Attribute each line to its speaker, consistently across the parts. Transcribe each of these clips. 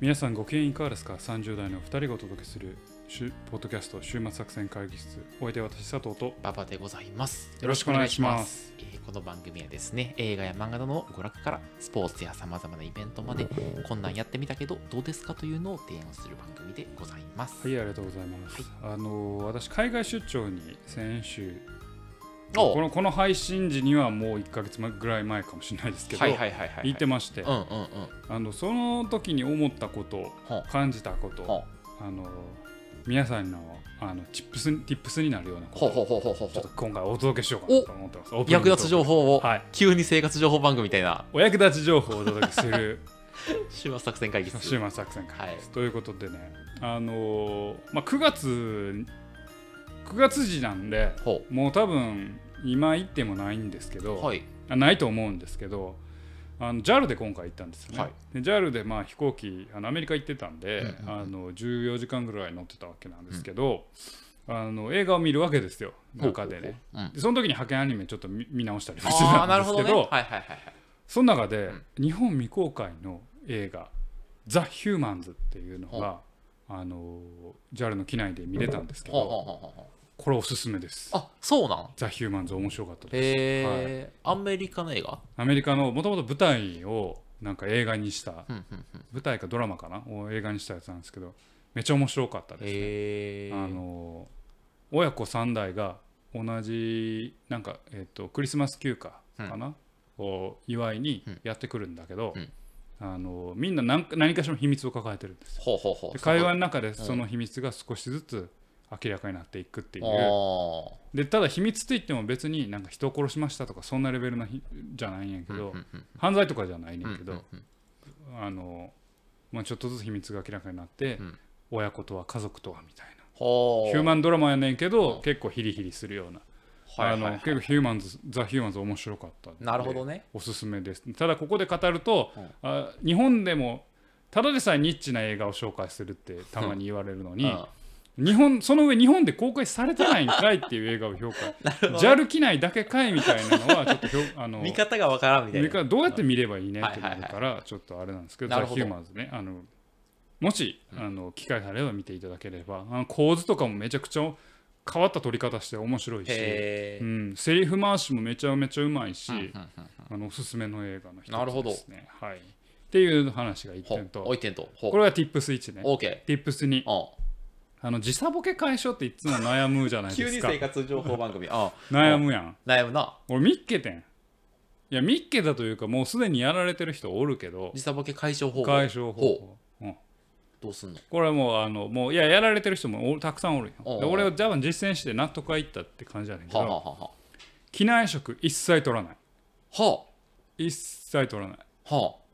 Speaker 1: 皆さんご機嫌いかがですか ?30 代の2人がお届けするしゅポッドキャスト週末作戦会議室お相手は私佐藤と
Speaker 2: ババでございます。
Speaker 1: よろしくお願いします
Speaker 2: よろしくお願いします。えーこの番組はですね、映画や漫画などの娯楽からスポーツやさまざまなイベントまで、こんなんやってみたけど、どうですかというのを提案する番組でございます。
Speaker 1: はいありがとうございます、あのー私海外出張に先週
Speaker 2: お
Speaker 1: このこの配信時にはもう1か月ぐらい前かもしれないですけど、
Speaker 2: はいはいはいはい、はい。
Speaker 1: 行ってまして、
Speaker 2: うんうんうん。
Speaker 1: あのその時に思ったこと
Speaker 2: ほ
Speaker 1: 感じたこと
Speaker 2: ほ
Speaker 1: あの皆さんのあのチップスティップスになるようなこ
Speaker 2: ほ
Speaker 1: と
Speaker 2: うほう
Speaker 1: を
Speaker 2: ほうほうほう
Speaker 1: ちょ
Speaker 2: ほ
Speaker 1: っと。
Speaker 2: う
Speaker 1: 今回お届けしようかなと思ってますオープニング
Speaker 2: 役立つ情報を、
Speaker 1: はい
Speaker 2: 急に生活情報番組みたいな、
Speaker 1: お役立ち情報をお届けする
Speaker 2: 週末作戦会議室。
Speaker 1: 週末作戦会です、
Speaker 2: は
Speaker 1: ということでねあのーまあ、9月9月時なんで
Speaker 2: ほ
Speaker 1: もう多分今行ってもないんですけ
Speaker 2: う。
Speaker 1: ど、
Speaker 2: はい。
Speaker 1: あないと思うんですけどあの JAL で今回行ったんですよね、
Speaker 2: はい
Speaker 1: で JAL でまあ飛行機あのアメリカ行ってたんで、
Speaker 2: うんうんうん
Speaker 1: あの14時間ぐらい乗ってたわけなんですけど、あの映画を見るわけですよ中でね
Speaker 2: うん。
Speaker 1: でその時に派遣アニメちょっと見見直したりもして
Speaker 2: ああー、な
Speaker 1: たん
Speaker 2: る
Speaker 1: です
Speaker 2: ほ
Speaker 1: け
Speaker 2: ど
Speaker 1: ど
Speaker 2: ね。はいはいはいはい。
Speaker 1: その中で
Speaker 2: ん
Speaker 1: 日本未公開の映画「ザ・ヒューマンズ」っていうのが、あの JAL の機内で見れたんですけ
Speaker 2: ほうほう
Speaker 1: ど、
Speaker 2: ほうほうほう。
Speaker 1: これおすすめです
Speaker 2: あ、そうなん
Speaker 1: ザ・ヒューマンズ面白かったです
Speaker 2: へえ、アメリカの映画
Speaker 1: アメリカのもともと舞台をなんか映画にした
Speaker 2: うんうんうん。
Speaker 1: 舞台かドラマかなを映画にしたやつなんですけどめっちゃ面白かったです、
Speaker 2: へえ。
Speaker 1: あの親子3代が同じなんか、えっとクリスマス休暇かな、を祝いにやってくるんだけど、
Speaker 2: うん
Speaker 1: あのみんな何か何かしらの秘密を抱えてるんですよ
Speaker 2: ほうほうほう。
Speaker 1: で会話の中でその秘密が少しずつ明らかになっていくっていう、
Speaker 2: あ
Speaker 1: でただ秘密といっても別になんか人を殺しましたとかそんなレベルなひじゃないんやけ
Speaker 2: ー
Speaker 1: ど、
Speaker 2: うんうんうん
Speaker 1: 犯罪とかじゃないねんけど、
Speaker 2: うんうん
Speaker 1: あの、まあ、ちょっとずつ秘密が明らかになって、
Speaker 2: うん
Speaker 1: 親子とは家族とはみたい
Speaker 2: ほ
Speaker 1: な
Speaker 2: う。
Speaker 1: ヒューマンドラマやねんけど、
Speaker 2: うん
Speaker 1: 結構ヒリヒリするような、
Speaker 2: はいはいはい
Speaker 1: あの結構ヒューマンズザ・ヒューマンズ面白かったんで
Speaker 2: なるほどね。
Speaker 1: おすすめですただここで語ると、
Speaker 2: うん
Speaker 1: あ日本でもただでさえニッチな映画を紹介するってたまに言われるのに、
Speaker 2: うん
Speaker 1: 日本その上日本で公開されてないんかいっていう映画を 評価 JAL 機内だけかいみたいなのはちょっとひょあの
Speaker 2: 見方がわからんみたい
Speaker 1: 見
Speaker 2: な。
Speaker 1: 方どうやって見ればいいね
Speaker 2: はい
Speaker 1: ってなるからちょっとあれなんですけど「
Speaker 2: な
Speaker 1: ザ・
Speaker 2: るほ
Speaker 1: ヒ
Speaker 2: ど
Speaker 1: ューマンズね」あのもしあの機会があれば見ていただければあの構図とかもめちゃくちゃ変わった撮り方して面白いし、
Speaker 2: へ
Speaker 1: う
Speaker 2: え。
Speaker 1: ん、セリフ回しもめちゃめちゃうまいし、
Speaker 2: うんうんうん
Speaker 1: あのおすすめの映画の一
Speaker 2: なるほ
Speaker 1: つ
Speaker 2: ど
Speaker 1: ですね。はい、っていう話が1
Speaker 2: ほう
Speaker 1: 点と
Speaker 2: おいてんと。ほう
Speaker 1: これは Tips1 ね。
Speaker 2: オーケ
Speaker 1: Tips2 に
Speaker 2: ー。う
Speaker 1: あの時差ボケ解消っていつも悩むじゃなんい
Speaker 2: 急
Speaker 1: で
Speaker 2: に
Speaker 1: すか
Speaker 2: 生活情報番組。あ
Speaker 1: 悩むやん
Speaker 2: 悩むな。
Speaker 1: 俺見っけてんいや見っけたというかもうすでにやられてる人おるけど
Speaker 2: 時差ボケ解消方法。
Speaker 1: 解消方
Speaker 2: ほ
Speaker 1: 法、うん、
Speaker 2: うどうすんの
Speaker 1: これはもうあのもういややられてる人もおたくさんおるよ
Speaker 2: おうおう
Speaker 1: で俺はジャパン実践して納得がいったって感じやねんけ
Speaker 2: はあは
Speaker 1: ど
Speaker 2: あは
Speaker 1: 機内食一切取らない
Speaker 2: あは
Speaker 1: 一切取らない
Speaker 2: あ。はあ。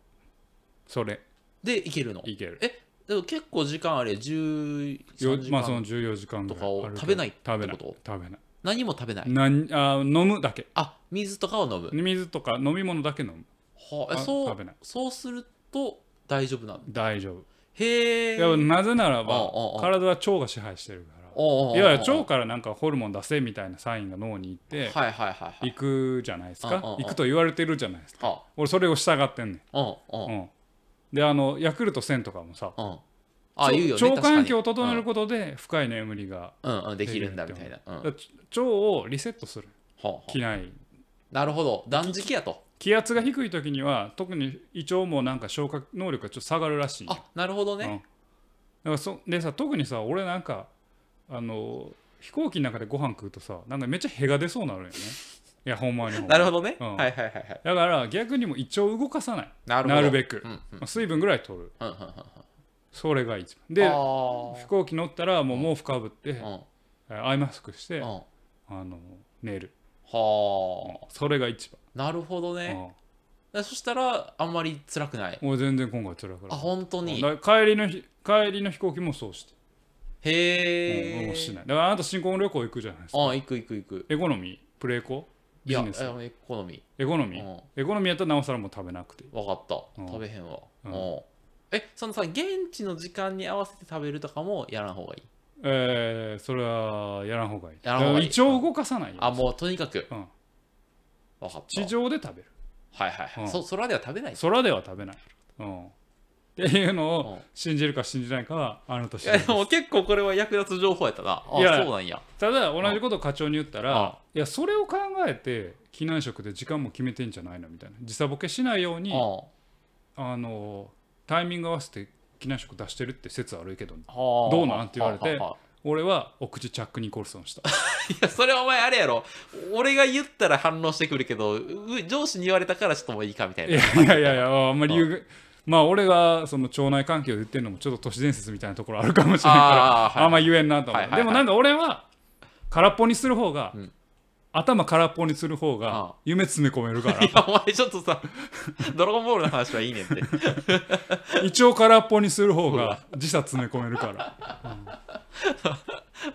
Speaker 1: それ
Speaker 2: で、いけるの
Speaker 1: いける
Speaker 2: えでも結構時間あれ、
Speaker 1: よ
Speaker 2: 13時
Speaker 1: まあその
Speaker 2: 間。
Speaker 1: 14時間ぐらい
Speaker 2: とかを
Speaker 1: あるけど
Speaker 2: 食べないってこと
Speaker 1: 食べない食べない
Speaker 2: 何も食べない。
Speaker 1: なんあ飲むだけ
Speaker 2: あ、水とかを飲む。
Speaker 1: 水とか飲み物だけ飲む
Speaker 2: はあ、え
Speaker 1: あ
Speaker 2: そ
Speaker 1: 食べ
Speaker 2: う
Speaker 1: ない
Speaker 2: そうすると大丈夫なの
Speaker 1: 大丈夫
Speaker 2: へえ
Speaker 1: いやなぜなら
Speaker 2: おうおうお
Speaker 1: ば
Speaker 2: う
Speaker 1: 体は腸が支配してるからいわゆる腸からなんかホルモン出せみたいなサインが脳に行って
Speaker 2: はいはいはいはい
Speaker 1: 行くじゃないですか
Speaker 2: うんうんうん
Speaker 1: 行くと言われてるじゃないですか
Speaker 2: は
Speaker 1: 俺それを従ってんね
Speaker 2: あうん
Speaker 1: ん、
Speaker 2: うん
Speaker 1: うん、であのヤクルト1000とかもさ
Speaker 2: うんあ言うよね
Speaker 1: 腸環境を
Speaker 2: 確か
Speaker 1: 整
Speaker 2: に
Speaker 1: えることで深い眠りが、
Speaker 2: うんうんうんできるんだみたいなうんは
Speaker 1: だから腸をリセットする
Speaker 2: あはあ
Speaker 1: 機内
Speaker 2: なるほど断食やと
Speaker 1: 気圧が低い時には特に胃腸もなんか消化能力がちょっと下がるらしいよ
Speaker 2: あなるほど
Speaker 1: うん
Speaker 2: ね
Speaker 1: だからそでさ特にさ俺なんかあの飛行機の中でご飯食うとさなんかめっちゃへが出そうなるよねいやほんまにほんまに
Speaker 2: なるほどね
Speaker 1: う
Speaker 2: は
Speaker 1: ん
Speaker 2: いはいはいはい
Speaker 1: だから逆にもう胃腸を動かさない
Speaker 2: なるほど
Speaker 1: なるべく、
Speaker 2: うんうん
Speaker 1: まあ水分ぐらい取る
Speaker 2: うんうんうんうん
Speaker 1: それが一番で
Speaker 2: あー
Speaker 1: 飛行機乗ったらもう毛布かぶって、
Speaker 2: うん
Speaker 1: えーアイマスクして、
Speaker 2: うん
Speaker 1: あの寝る、
Speaker 2: はあ
Speaker 1: それが一
Speaker 2: なるほど
Speaker 1: 番、
Speaker 2: ねでそしたらあんまり辛くない
Speaker 1: うんもう全然今回辛く
Speaker 2: あ
Speaker 1: ない
Speaker 2: 本当に
Speaker 1: だから帰りのひ帰りの飛行機もそうして、
Speaker 2: へ
Speaker 1: うん
Speaker 2: え
Speaker 1: もうしないだからあなた新婚旅行行くじゃないですか
Speaker 2: あ行く行く行く
Speaker 1: エコノミープレーコ
Speaker 2: い
Speaker 1: ビ
Speaker 2: や
Speaker 1: ジ
Speaker 2: え
Speaker 1: ネス
Speaker 2: ーエコノミー
Speaker 1: エコノミー、
Speaker 2: うん
Speaker 1: エコノミーやったらなおさらもう食べなくていい
Speaker 2: わかった、
Speaker 1: うん
Speaker 2: 食べへんわ、
Speaker 1: う
Speaker 2: うんんえそのさ現地の時間に合わせて食べるとかもやらんほうがいい
Speaker 1: えー、それはやらんほうがいい
Speaker 2: やらんほうがいい
Speaker 1: だから胃腸を動かさないよ
Speaker 2: あもうとにかく、
Speaker 1: うん
Speaker 2: わかった
Speaker 1: 地上で食べる
Speaker 2: はいはいはい、
Speaker 1: うん
Speaker 2: そ空では食べない
Speaker 1: 空では食べない、うん、っていうの
Speaker 2: う
Speaker 1: を
Speaker 2: ん
Speaker 1: 信じるか信じないかはあなた
Speaker 2: い
Speaker 1: 次
Speaker 2: や
Speaker 1: 第
Speaker 2: でも結構これは役立つ情報やったなあ
Speaker 1: いや
Speaker 2: そうなんや
Speaker 1: ただ同じことを課長に言った
Speaker 2: あ
Speaker 1: らいやそれを考えて機内食で時間も決めてんじゃないのみたいな時差ボケしないように
Speaker 2: あ
Speaker 1: あのタイミング合わせて機内食出してるって説あるけど
Speaker 2: はあ
Speaker 1: どうなんって言われて
Speaker 2: はあはあはあ
Speaker 1: 俺はお口チャック・ニコルソンした
Speaker 2: いやそれお前あれやろ俺が言ったら反応してくるけどう上司に言われたからちょっともういいかみたい
Speaker 1: い
Speaker 2: な
Speaker 1: やいやいやいやあんまり言うまあ俺がその腸内環境で言ってるのもちょっと都市伝説みたいなところあるかもしれない
Speaker 2: あ
Speaker 1: か
Speaker 2: ー
Speaker 1: ら
Speaker 2: はい
Speaker 1: あんま言えんなと
Speaker 2: はい
Speaker 1: 思
Speaker 2: は
Speaker 1: うで
Speaker 2: いはい
Speaker 1: もなんか俺は空っぽにする方が
Speaker 2: うん
Speaker 1: 頭空っぽにする方
Speaker 2: ああ
Speaker 1: が夢詰め込めるから
Speaker 2: いやお前ちょっとさ「ドラゴンボール」の話はいいねんって
Speaker 1: 一応空っぽにする方が時差詰め込めるから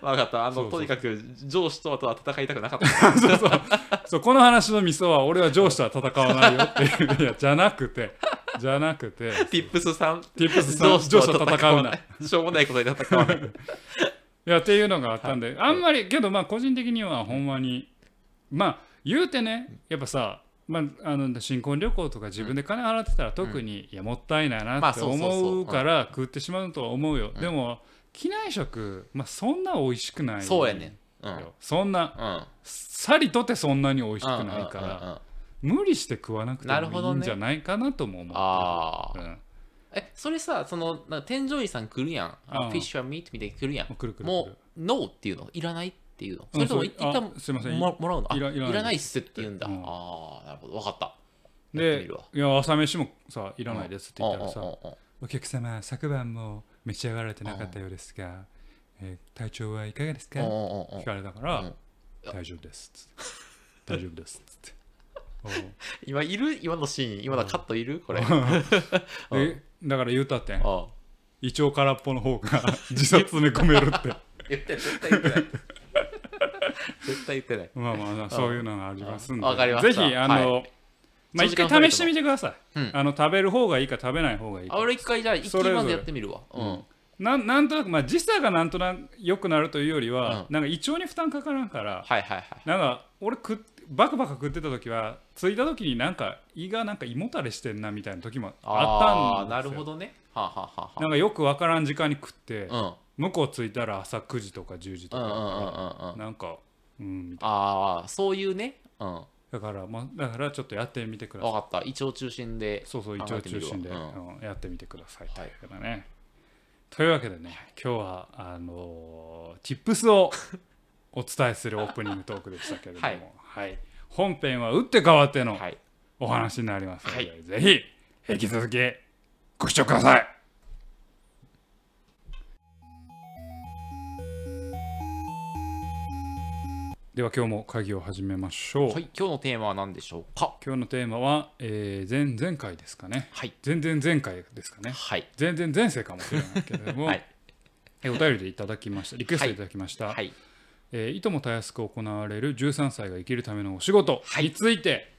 Speaker 2: 分かったあの
Speaker 1: そうそう
Speaker 2: とにかく上司とはとは戦いたくなかった
Speaker 1: そうそうそうこの話のミソは俺は上司とは戦わないよっていういやじゃなくてじゃなくて
Speaker 2: Tips さん
Speaker 1: Tips さん
Speaker 2: 上司と
Speaker 1: 上司と
Speaker 2: は戦
Speaker 1: 戦
Speaker 2: わ
Speaker 1: う
Speaker 2: な
Speaker 1: ない
Speaker 2: しょうもないことで戦わない
Speaker 1: いやっていうのがあったんで、あんまりけどまあ個人的にはほんまにまあ言うてねやっぱさまあ、あの新婚旅行とか自分で金払ってたら特に、いやもったいない
Speaker 2: ま
Speaker 1: な
Speaker 2: あ
Speaker 1: って
Speaker 2: そうそうそう
Speaker 1: 思うから食ってしまうとは思うよ、でも機内食、まあ、そんな美味しくない
Speaker 2: そうやねんうんうん
Speaker 1: よそんな
Speaker 2: うん
Speaker 1: さりとてそんなに美味しく
Speaker 2: うん
Speaker 1: ないから、
Speaker 2: うんうん
Speaker 1: 無理して食わなくて
Speaker 2: なるほ
Speaker 1: もい
Speaker 2: ど
Speaker 1: い
Speaker 2: ね
Speaker 1: んじゃないかなとも思う、
Speaker 2: あ
Speaker 1: う
Speaker 2: あ
Speaker 1: ん、
Speaker 2: えそれさそのなんか添乗員さん来るやんあ
Speaker 1: うん
Speaker 2: フィッシュはミートみたいに来るやん
Speaker 1: もうくるくるくる
Speaker 2: もうノーっていうのいらないっていうの
Speaker 1: う
Speaker 2: そ
Speaker 1: ん
Speaker 2: れとも
Speaker 1: そう
Speaker 2: 一旦
Speaker 1: あすいません
Speaker 2: ももらうのあ
Speaker 1: いらいらないです
Speaker 2: ないっすって言うんだ
Speaker 1: うん
Speaker 2: ああなるほど分かったやってみ
Speaker 1: で
Speaker 2: るわ
Speaker 1: いや朝飯もさいらないですって言ったらさ、
Speaker 2: うんうんうんうん
Speaker 1: お客様昨晩も召し上がられてなかったようですが、えー体調はいかがですか、
Speaker 2: うんうんうんうん
Speaker 1: 聞かれたから、
Speaker 2: うん
Speaker 1: 大丈夫ですっつって大丈夫ですっ つって
Speaker 2: 今いる今のシーン今のカットいるこれ
Speaker 1: おうでだから言うたってん
Speaker 2: あ
Speaker 1: 胃腸空っぽの方が自殺詰め込めるって
Speaker 2: 言ってない絶対言 ってない絶対言ってない
Speaker 1: まあまあそういうのがありますんで
Speaker 2: わかりました
Speaker 1: ぜひあの、
Speaker 2: は
Speaker 1: まあ
Speaker 2: そ
Speaker 1: 一
Speaker 2: の時間割
Speaker 1: 回
Speaker 2: い
Speaker 1: 試しててみてください、
Speaker 2: うん
Speaker 1: あの食べる方がいいか食べない方がいい
Speaker 2: あ
Speaker 1: か
Speaker 2: 俺一回じゃあ一気
Speaker 1: それぞ
Speaker 2: に
Speaker 1: れ
Speaker 2: まずやってみるわうん
Speaker 1: なんなんとなく、まあ、時差がなんとなく良くなるというよりは、
Speaker 2: う
Speaker 1: なんか胃腸に負担かからんから、
Speaker 2: はいはいはい
Speaker 1: なんか俺食っバクバク食ってた時は着いた時になんか胃がなんか胃もたれしてんなみたいな時もあ
Speaker 2: ー
Speaker 1: ったんですよ
Speaker 2: なるほどねはあはあはあ
Speaker 1: なんかよくわからん時間に食って、
Speaker 2: は
Speaker 1: 向こう着いたら朝9時とか10時と
Speaker 2: うんうんうんうん
Speaker 1: か、
Speaker 2: うんうん
Speaker 1: なんかうんみたい
Speaker 2: ああそういうねうん
Speaker 1: なだからまあだからちょっとやってみてくださ
Speaker 2: 分
Speaker 1: い
Speaker 2: かった胃腸中心で
Speaker 1: そうそう胃
Speaker 2: 考え
Speaker 1: 腸
Speaker 2: てみ
Speaker 1: 中心で、
Speaker 2: るわうん
Speaker 1: うんやってみてくださいと
Speaker 2: は
Speaker 1: いう
Speaker 2: い
Speaker 1: わけだね、というわけでね今日はあのー、Tips をお伝えするオープニングトークでしたけれども、
Speaker 2: はい
Speaker 1: はい本編は打って変わっての、
Speaker 2: はい
Speaker 1: お話になりますので、
Speaker 2: はい
Speaker 1: ぜひ引き続きご視聴くださいでは今日も会議を始めましょう、
Speaker 2: はい今日のテーマは何でしょうか
Speaker 1: 今日のテーマは、えー、前々回ですかね
Speaker 2: はい
Speaker 1: 前々前回ですかね
Speaker 2: はい
Speaker 1: 全然前世かもしれないけれども、
Speaker 2: はい
Speaker 1: えお便りでいただきましたリクエストいただきました、
Speaker 2: はい
Speaker 1: えーいともたやすく行われる13歳が生きるためのお仕事
Speaker 2: はい
Speaker 1: について、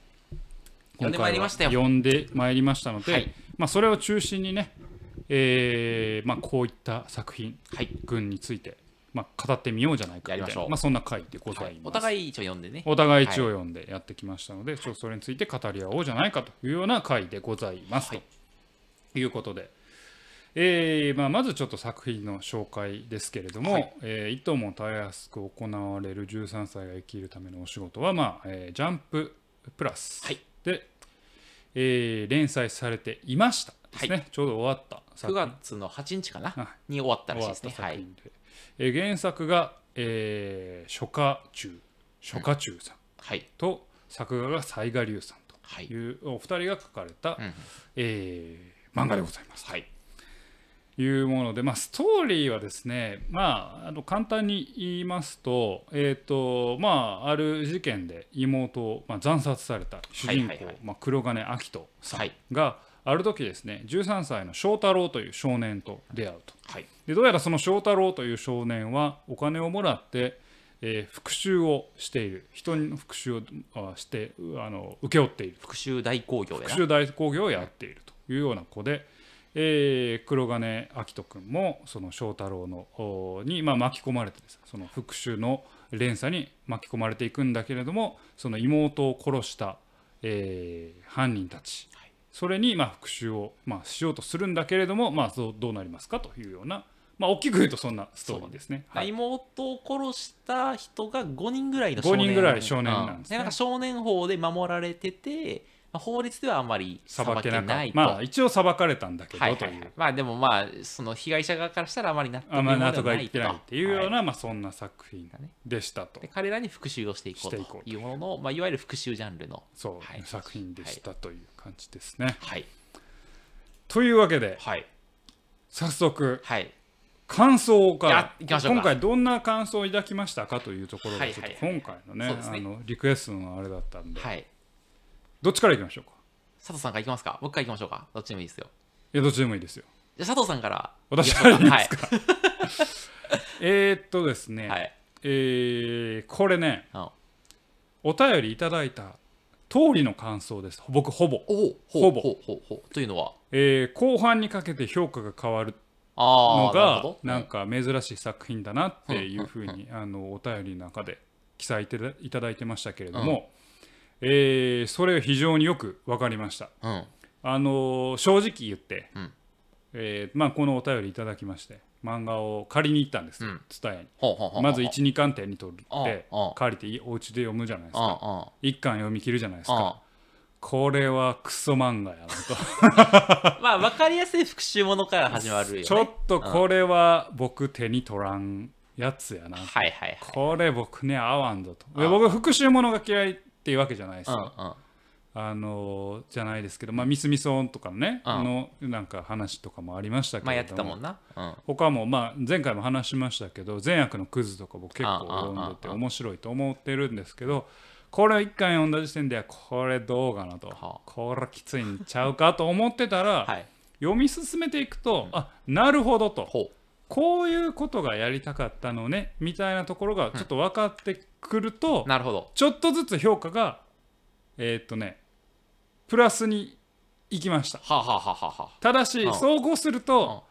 Speaker 2: 呼んでまいりましたよ
Speaker 1: 今回は呼んでまいりましたので、
Speaker 2: はい
Speaker 1: まあ、それを中心にね、えーまあ、こういった作品
Speaker 2: はい
Speaker 1: 群について、まあ、語ってみようじゃないかみたいな
Speaker 2: やりましょう
Speaker 1: あ、そんな回でござ
Speaker 2: は
Speaker 1: い
Speaker 2: い
Speaker 1: ます、
Speaker 2: お互い一応読んでね
Speaker 1: お互い一応読んでやってきましたので、ちょっとそれについて語り合おうじゃないかというような回でございます、
Speaker 2: はい
Speaker 1: ということで、えーまあ、まずちょっと作品の紹介ですけれども、
Speaker 2: はい
Speaker 1: いえーいともたやすく行われる13歳が生きるためのお仕事は、まあえージャンププラス
Speaker 2: はい
Speaker 1: で、えー連載されていましたですね、ちょうど終わった
Speaker 2: 9
Speaker 1: 作品
Speaker 2: 月の8日かな
Speaker 1: は
Speaker 2: に終わったらしい
Speaker 1: 終わ
Speaker 2: で
Speaker 1: った
Speaker 2: すね
Speaker 1: 作
Speaker 2: はい
Speaker 1: 品で、えー原作が、えー、初夏中初夏中さん
Speaker 2: はい
Speaker 1: と作画が雑賀龍さん
Speaker 2: は
Speaker 1: と
Speaker 2: い
Speaker 1: いうお二人が書かれた、
Speaker 2: うん
Speaker 1: えー漫画でございます。
Speaker 2: はい
Speaker 1: いうもので、まあ、ストーリーはですね、まあ、あの簡単に言いますと,、えーとまあ、ある事件で妹を、まあ、惨殺された主人公、
Speaker 2: はいはいはい
Speaker 1: まあ、黒金明人さ
Speaker 2: はい
Speaker 1: んが、ある時ですね13歳の翔太郎という少年と出会うと。
Speaker 2: はい
Speaker 1: でどうやらその翔太郎という少年はお金をもらって、えー復讐をしている人の復讐をあしてうあの請け負っている
Speaker 2: 復讐大興行やな
Speaker 1: 復讐代行業をやっているというような子で、えー黒金明人君もその翔太郎のおーに、まあ、巻き込まれてですその復讐の連鎖に巻き込まれていくんだけれどもその妹を殺した、えー犯人たちそれにまあ復習をまあしようとするんだけれども、まあ、そうどうなりますかというような、まあ、大きく言うとそんなストーリーですね。はい
Speaker 2: 妹を殺した人が5人ぐらいの少
Speaker 1: 5
Speaker 2: 年
Speaker 1: 人ぐらい少年なんですね
Speaker 2: うんなんか少年法で守られてて、まあ、法律ではあまり
Speaker 1: 裁
Speaker 2: 裁
Speaker 1: け
Speaker 2: け
Speaker 1: なか
Speaker 2: な
Speaker 1: っ
Speaker 2: い
Speaker 1: た
Speaker 2: と、
Speaker 1: まあ一応裁かれたんだけど
Speaker 2: はい
Speaker 1: と
Speaker 2: はいいは
Speaker 1: う
Speaker 2: い、まあでもまあその被害者側からしたらあまり納得
Speaker 1: あまあ納得が
Speaker 2: が
Speaker 1: いってないっていうような、まあ、そんな作品
Speaker 2: だね
Speaker 1: でしたと
Speaker 2: で彼らに復讐をしていこ
Speaker 1: していうこうと
Speaker 2: というものの、まあ、いわゆる復讐ジャンルの
Speaker 1: そう、
Speaker 2: はい
Speaker 1: 作品でしたという感じですね。
Speaker 2: はい
Speaker 1: というわけで
Speaker 2: はい
Speaker 1: 早速
Speaker 2: はい
Speaker 1: 感想か
Speaker 2: い
Speaker 1: ら
Speaker 2: や行きましょうか
Speaker 1: 今回どんな感想を抱きましたかというところが
Speaker 2: はい
Speaker 1: ち
Speaker 2: はい
Speaker 1: ょっ
Speaker 2: はい
Speaker 1: と今回のね,、
Speaker 2: そうですね
Speaker 1: あのリクエストのあれだったんで、
Speaker 2: はい
Speaker 1: どっちからいきましょうか
Speaker 2: 佐藤さんからいきますか僕からいきましょうかどっちでもいいですよ
Speaker 1: いやどっちでもいいですよ。
Speaker 2: じゃあ佐藤さんから
Speaker 1: 私からいいですか
Speaker 2: はい
Speaker 1: えー、っとですね、
Speaker 2: はい
Speaker 1: えーこれね
Speaker 2: うん
Speaker 1: お便りいただいた通りの感想です僕ほぼ、
Speaker 2: おおほ
Speaker 1: ほ
Speaker 2: う
Speaker 1: ぼ
Speaker 2: ほうほうほうというのは
Speaker 1: えー後半にかけて評価が変わる
Speaker 2: あ
Speaker 1: の
Speaker 2: あなる
Speaker 1: が
Speaker 2: ほど
Speaker 1: なんか珍しい作品だなっていうふうにあのお便りの中で記載いただいただいてましたけれども、えーそれが非常によく分かりました。
Speaker 2: うん
Speaker 1: あのー正直言って、
Speaker 2: うん
Speaker 1: えーまあ、このお便りいただきまして漫画を借りに行ったんです
Speaker 2: うん
Speaker 1: ツタヤに。
Speaker 2: ほうほうほうほう
Speaker 1: まず12巻店に取って
Speaker 2: うんうん
Speaker 1: 借りていお家で読むじゃないです
Speaker 2: うんうん
Speaker 1: か1巻読み切るじゃないです
Speaker 2: うん
Speaker 1: かこれはクソ漫画やなと
Speaker 2: まあ分かりやす い復讐ものから始まるよ、ね、
Speaker 1: ちょっとこれは僕手に取らんやつやな
Speaker 2: うんはいはいはい
Speaker 1: これ僕ね合わんぞと
Speaker 2: う
Speaker 1: で
Speaker 2: ん
Speaker 1: 僕復讐ものが嫌いっていうわけじゃないです
Speaker 2: うんうん
Speaker 1: よあのーじゃないですけどまあミスミソンとかね
Speaker 2: うん
Speaker 1: のなんか話とかもありましたけ
Speaker 2: まあや
Speaker 1: れ
Speaker 2: って
Speaker 1: ど
Speaker 2: た
Speaker 1: も
Speaker 2: もんなうん
Speaker 1: 他もまあ前回も話しましたけど善悪のクズとか僕結構読んでて
Speaker 2: ああああ
Speaker 1: 面白いと思ってるんですけどこれ一回読んだ時点ではこれどうかなと
Speaker 2: は
Speaker 1: これきついんちゃうかと思ってたら
Speaker 2: はい
Speaker 1: 読み進めていくとあなるほどと
Speaker 2: ほ
Speaker 1: こういうことがやりたかったのねみたいなところがちょっと分かってくると
Speaker 2: うなるほど
Speaker 1: ちょっとずつ評価がえーっとねプラスにいきました。
Speaker 2: はあ、はあはあはあはあ、
Speaker 1: ただし
Speaker 2: うん
Speaker 1: 総合すると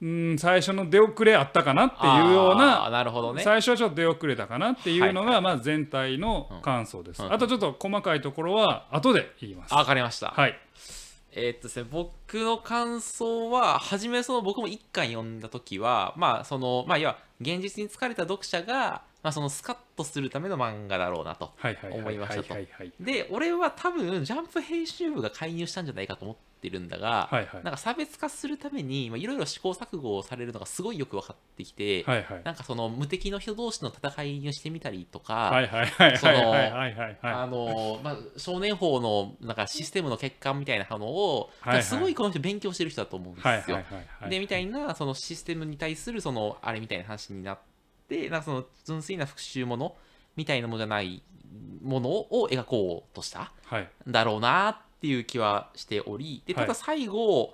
Speaker 1: うん最初の出遅れあったかなっていうよう
Speaker 2: あー
Speaker 1: な
Speaker 2: なるほどね
Speaker 1: 最初はちょっと出遅れたかなっていうの
Speaker 2: はい
Speaker 1: がまあ全体の感想です
Speaker 2: うん
Speaker 1: あとちょっと細かいところは後で言います
Speaker 2: あわかりました、
Speaker 1: はい
Speaker 2: えーっとですね僕の感想は初めその僕も一巻読んだ時はまあそのまあ要は現実に疲れた読者が、まあ、そのスカッとするための漫画だろうなと
Speaker 1: はいはいはい
Speaker 2: 思いましたと
Speaker 1: はいはい
Speaker 2: で俺は多分ジャンプ編集部が介入したんじゃないかと思ってるんだが、
Speaker 1: はいはい
Speaker 2: なんか差別化するためにまあいろいろ試行錯誤をされるのがすごいよく分かってきて、
Speaker 1: はいはい
Speaker 2: なんかその無敵の人同士の戦いをしてみたりとか、
Speaker 1: はいはいはい
Speaker 2: その
Speaker 1: はいはいはいはい
Speaker 2: あのーまあ、少年法のなんかシステムの欠陥みたいなのを、
Speaker 1: はいはい
Speaker 2: すごいこの人勉強してる人だと思うんですよ。
Speaker 1: はいはいはいはい
Speaker 2: でみたいなそのシステムに対するそのあれみたいな話になってなんかその純粋な復讐ものみたいなものじゃないものを描こうとした
Speaker 1: はい
Speaker 2: んだろうなっていう気はしておりで
Speaker 1: はい
Speaker 2: ただ最後、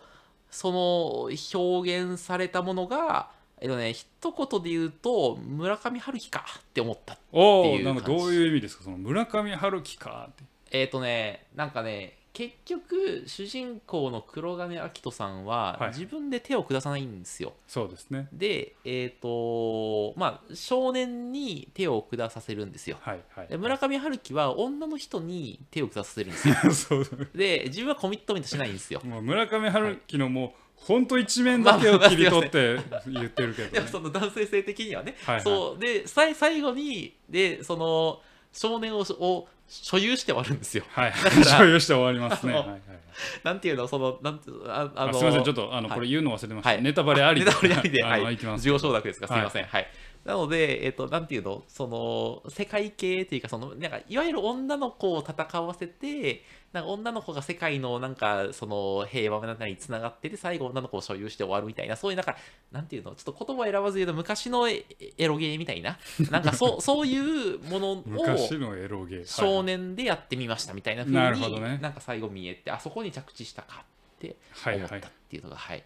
Speaker 2: その表現されたものがえっとね一言で言うと村上春樹かって思った
Speaker 1: お
Speaker 2: って
Speaker 1: お
Speaker 2: いう
Speaker 1: なんか
Speaker 2: 感じ
Speaker 1: どういう意味ですかその村上春樹かって
Speaker 2: えっ、とね、なんかね、結局、主人公の黒金明人さん
Speaker 1: はい
Speaker 2: は、自分で手を下さないんですよ。
Speaker 1: そうですね
Speaker 2: で、えっ、と、まあ、少年に手を下させるんですよ。
Speaker 1: はいはい
Speaker 2: で村上春樹は女の人に手を下させるんですよ。
Speaker 1: そう
Speaker 2: で、自分はコミットメントしないんですよ。
Speaker 1: もう村上春樹のもう本当一面だけを切り取って言ってるけ
Speaker 2: で
Speaker 1: ど
Speaker 2: も
Speaker 1: ね
Speaker 2: その男性性的にはね、
Speaker 1: はいはい
Speaker 2: そうでさい最後にでその少年をを所有して終わるんですよ。
Speaker 1: はい
Speaker 2: から
Speaker 1: 所有して終わりますね
Speaker 2: あ
Speaker 1: は
Speaker 2: の
Speaker 1: いはいはい
Speaker 2: なんていうのそのなんてああ
Speaker 1: あ
Speaker 2: の
Speaker 1: すみません、ちょっとあの、
Speaker 2: はい
Speaker 1: これ言うの忘れてました、
Speaker 2: はい
Speaker 1: ネタバレあり
Speaker 2: ネタバレありで、
Speaker 1: あ
Speaker 2: は
Speaker 1: の
Speaker 2: い、
Speaker 1: いきます
Speaker 2: 需要承諾ですか、す
Speaker 1: はい
Speaker 2: みません、はい。なので、えっと、なんていうの、その、世界系というか、その、なんか、いわゆる女の子を戦わせて、なんか、女の子が世界の、なんか、その、平和なりにつながってて、最後、女の子を所有して終わるみたいな、そういう、なんか、なんていうの、ちょっと言葉選ばず言うと、昔のエエロゲーみたいな、なんか、そう、そういうものを、
Speaker 1: 昔のエロゲー、はい
Speaker 2: 少年でやってみましたみたいな風に、
Speaker 1: なるほどね
Speaker 2: なんか最後見えて、あそこに着地したかって
Speaker 1: はい
Speaker 2: 思っ
Speaker 1: は
Speaker 2: たっ
Speaker 1: い
Speaker 2: ていうのが、はい、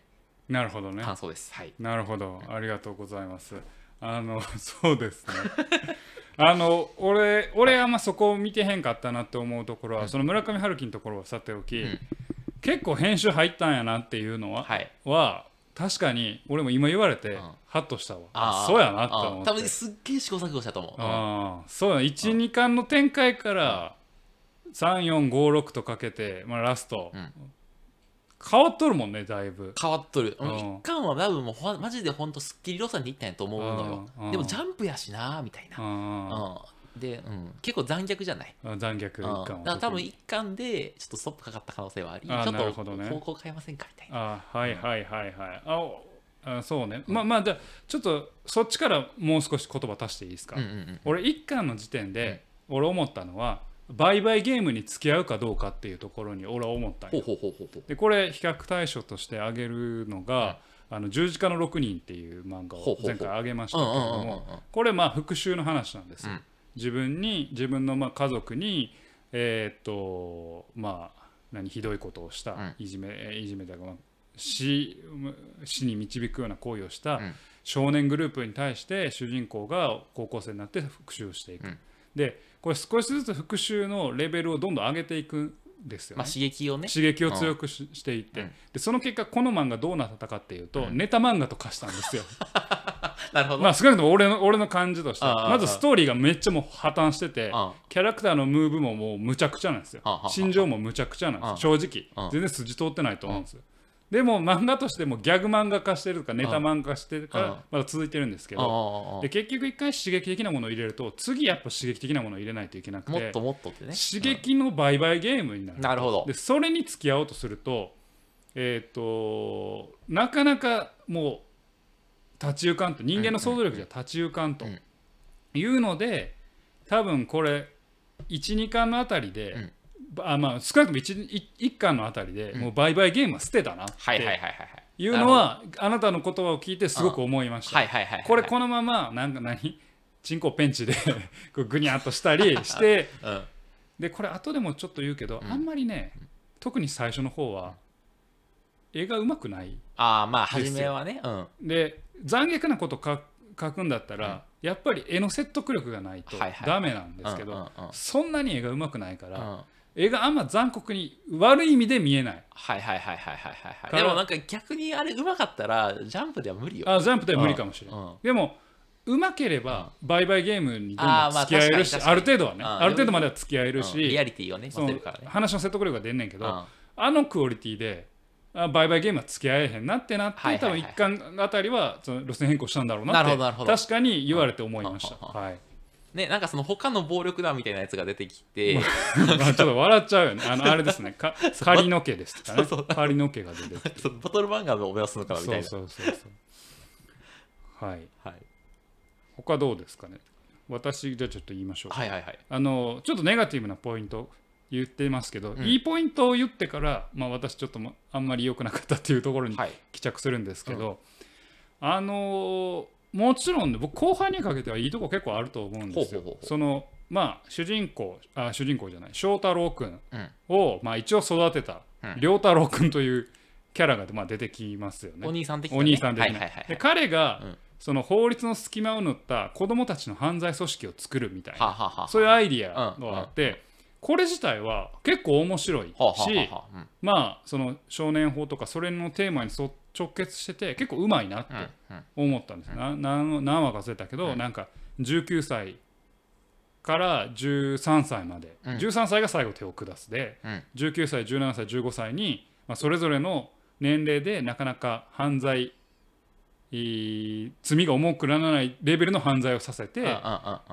Speaker 1: なるほどね
Speaker 2: 感想です。はい。
Speaker 1: なるほどありがとうございますあの そうですねあの俺俺あんまそこを見てへんかったなって思うところは、その村上春樹のところはさておき、
Speaker 2: うん
Speaker 1: 結構編集入ったんやなっていうのは、
Speaker 2: はい。
Speaker 1: は確かに俺も今言われて、
Speaker 2: ん
Speaker 1: ハッとしたわ
Speaker 2: あー
Speaker 1: そうやなって思
Speaker 2: あー
Speaker 1: って
Speaker 2: 多分すっげえ試行錯誤したと思う。うん
Speaker 1: ああそうだ12巻の展開から3456とかけて、まあ、ラスト、
Speaker 2: うん
Speaker 1: 変わっとるもんねだいぶ
Speaker 2: 変わっとる、うん
Speaker 1: うん
Speaker 2: 一巻は多分もうほんマジでほんとスッキリ路線でいったんやと思うのよ、
Speaker 1: うんうん
Speaker 2: でもジャンプやしなみたいな、
Speaker 1: あ
Speaker 2: うんで、うん、結構残虐じゃない、
Speaker 1: あ残虐
Speaker 2: うん、だ
Speaker 1: 感
Speaker 2: から多分一巻でちょっとストップかかった可能性はありち
Speaker 1: あー
Speaker 2: ょ
Speaker 1: なる
Speaker 2: っ
Speaker 1: ほ
Speaker 2: と
Speaker 1: どね
Speaker 2: 方向変えませんかみたいな
Speaker 1: あはいはいはいはいあおあそうねまあまあじゃあちょっとそっちからもう少し言葉足していいですか、
Speaker 2: うんうんうん
Speaker 1: 俺一巻の時点で俺思ったのは売買ゲームに付き合うかどうかっていうところに俺は思ったん
Speaker 2: ほ
Speaker 1: よ
Speaker 2: うほうほうほうほう
Speaker 1: でこれ比較対象として挙げるのが「あの十字架の6人」っていう漫画
Speaker 2: ほう
Speaker 1: を
Speaker 2: ほうほう
Speaker 1: 前回挙げました
Speaker 2: う
Speaker 1: け
Speaker 2: ん
Speaker 1: れ
Speaker 2: う
Speaker 1: ど
Speaker 2: んうんうん
Speaker 1: もこれまあ復讐の話なんですよ、
Speaker 2: うん
Speaker 1: 自分に自分のまあ家族にえーっとまあ何ひどいことをした、
Speaker 2: うん
Speaker 1: いじめえーいじめだが、まあ死死に導くような行為をした
Speaker 2: うん
Speaker 1: 少年グループに対して主人公が高校生になって復讐をしていく、
Speaker 2: うん
Speaker 1: でこれ少しずつ復讐のレベルをどんどん上げていくんですよね
Speaker 2: まあ、刺 激をね
Speaker 1: 刺激を強くし,、していって、
Speaker 2: うん
Speaker 1: でその結果この漫画どうなったかっていうと、
Speaker 2: うん
Speaker 1: ネタ漫画と化したんですよ
Speaker 2: なるほど、
Speaker 1: まあ少なくとも俺の俺の感じとして
Speaker 2: ああ
Speaker 1: はまずストーリーがめっちゃもう破綻してて
Speaker 2: あ
Speaker 1: キャラクターのムーブももうむちゃくちゃなんですよ
Speaker 2: ああああ
Speaker 1: 心情もむちゃくちゃなんですよ正
Speaker 2: あ
Speaker 1: 直
Speaker 2: あ
Speaker 1: 全然筋通ってないと思うんですよでも漫画としてもギャグ漫画化してるとかネタ漫画化してるか
Speaker 2: あ
Speaker 1: ら
Speaker 2: あ
Speaker 1: まだ続いてるんですけ
Speaker 2: ああ
Speaker 1: ど
Speaker 2: ああ
Speaker 1: で結局一回刺激的なものを入れると次やっぱ刺激的なものを入れないといけなく
Speaker 2: もってともっとってね
Speaker 1: 刺激の売買ゲームになる
Speaker 2: うんなるほど
Speaker 1: でそれに付き合おうとするとえーっ、となかなかもう立ち行かんと人間の想像力じゃ立ち行かんと
Speaker 2: うん
Speaker 1: いうので多分これ12巻のあたりで、
Speaker 2: うん
Speaker 1: あまあ、少なくとも 1, 巻のあたりで、
Speaker 2: うん
Speaker 1: もう売買ゲームは捨てたなっ
Speaker 2: はいはいはい
Speaker 1: て
Speaker 2: はい
Speaker 1: いうのはあなたの言葉を聞いてすごく思いました。
Speaker 2: はいはいはいはいはい
Speaker 1: これこのままなんか何 チンコペンチでこうグニャっとしたりして
Speaker 2: うん
Speaker 1: でこれ後でもちょっと言うけど、
Speaker 2: うん
Speaker 1: あんまりね特に最初の方は絵がうまくない
Speaker 2: ああまあ初めはねうんは
Speaker 1: で残虐なことか書くんだったら、やっぱり絵の説得力がないと
Speaker 2: はいはい
Speaker 1: ダメなんですけど、
Speaker 2: うんうんうん
Speaker 1: そんなに絵がうまくないから、
Speaker 2: うん
Speaker 1: 絵があんま残酷に悪い意味で見えない
Speaker 2: はいはいはいはいはいはいは
Speaker 1: か
Speaker 2: い
Speaker 1: ら
Speaker 2: でもなんか逆にあれうまかったらジャンプでは無理よ
Speaker 1: あジャンプでは無理かもしれない、
Speaker 2: うん
Speaker 1: でもうまければ売買ゲームにどんど
Speaker 2: あー
Speaker 1: ん
Speaker 2: まあ
Speaker 1: 付き合えるし、
Speaker 2: 確
Speaker 1: あ、
Speaker 2: かに
Speaker 1: る程度はね、
Speaker 2: うん
Speaker 1: ある程度までは付き合える
Speaker 2: うんリ
Speaker 1: し、
Speaker 2: アリティをね
Speaker 1: そ
Speaker 2: 出せ
Speaker 1: の
Speaker 2: るからね
Speaker 1: 話の説得力が出んねんけ
Speaker 2: う
Speaker 1: ど、
Speaker 2: んは
Speaker 1: あのクオリティであ売買ゲームは付き合えへんなってなって、
Speaker 2: はいはいはい
Speaker 1: 多分一巻あたりはその路線変更したんだろうなって
Speaker 2: なるほどなるほど
Speaker 1: 確かに言われて思いました。
Speaker 2: うん
Speaker 1: はい、
Speaker 2: ねなんかその他の暴力団みたいなやつが出てきて
Speaker 1: まあちょっと笑っちゃうよね。あのあれ ですね、か仮の毛ですとかね
Speaker 2: そうそう
Speaker 1: 仮の毛が出てくる
Speaker 2: そうバトル漫画を目指すのかなみた
Speaker 1: そ
Speaker 2: いうな
Speaker 1: そうそうそう。はい。
Speaker 2: はい
Speaker 1: 他どうですかね。私じゃあちょっと言いましょう。
Speaker 2: はいはいはい
Speaker 1: あのちょっとネガティブなポイント言ってますけど、
Speaker 2: ん
Speaker 1: いいポイントを言ってから、まあ、私ちょっともあんまり良くなかったっていうところに
Speaker 2: はい
Speaker 1: 帰着するんですけど、あのーもちろんね僕後半にかけてはいいとこ結構あると思うんですよ。
Speaker 2: ほうほうほうほう
Speaker 1: そのまあ主人公あ主人公じゃない翔太郎くん
Speaker 2: うん
Speaker 1: を、まあ、一応育てた
Speaker 2: うん
Speaker 1: 良太郎くんというキャラが、まあ、出てきますよね。
Speaker 2: お兄さん的な
Speaker 1: お兄さん的な
Speaker 2: はいはいはいは
Speaker 1: で
Speaker 2: い
Speaker 1: 彼が、
Speaker 2: うん
Speaker 1: その法律の隙間を縫った子供たちの犯罪組織を作るみたいな
Speaker 2: はあはあはあ
Speaker 1: そういうアイディアがあって、これ自体は結構面白いし、
Speaker 2: はあはあはあうん
Speaker 1: まあその少年法とかそれのテーマにそ直結してて結構うまいなって
Speaker 2: うんうん
Speaker 1: 思ったんですよ、な何何話か忘れたけど、
Speaker 2: うん
Speaker 1: なんか19歳から13歳まで、
Speaker 2: うん
Speaker 1: 13歳が最後手を下すで、
Speaker 2: うん
Speaker 1: 19歳17歳15歳に、まあ、それぞれの年齢でなかなか犯罪えー罪が重くならないレベルの犯罪をさせて、
Speaker 2: うんうんうんうん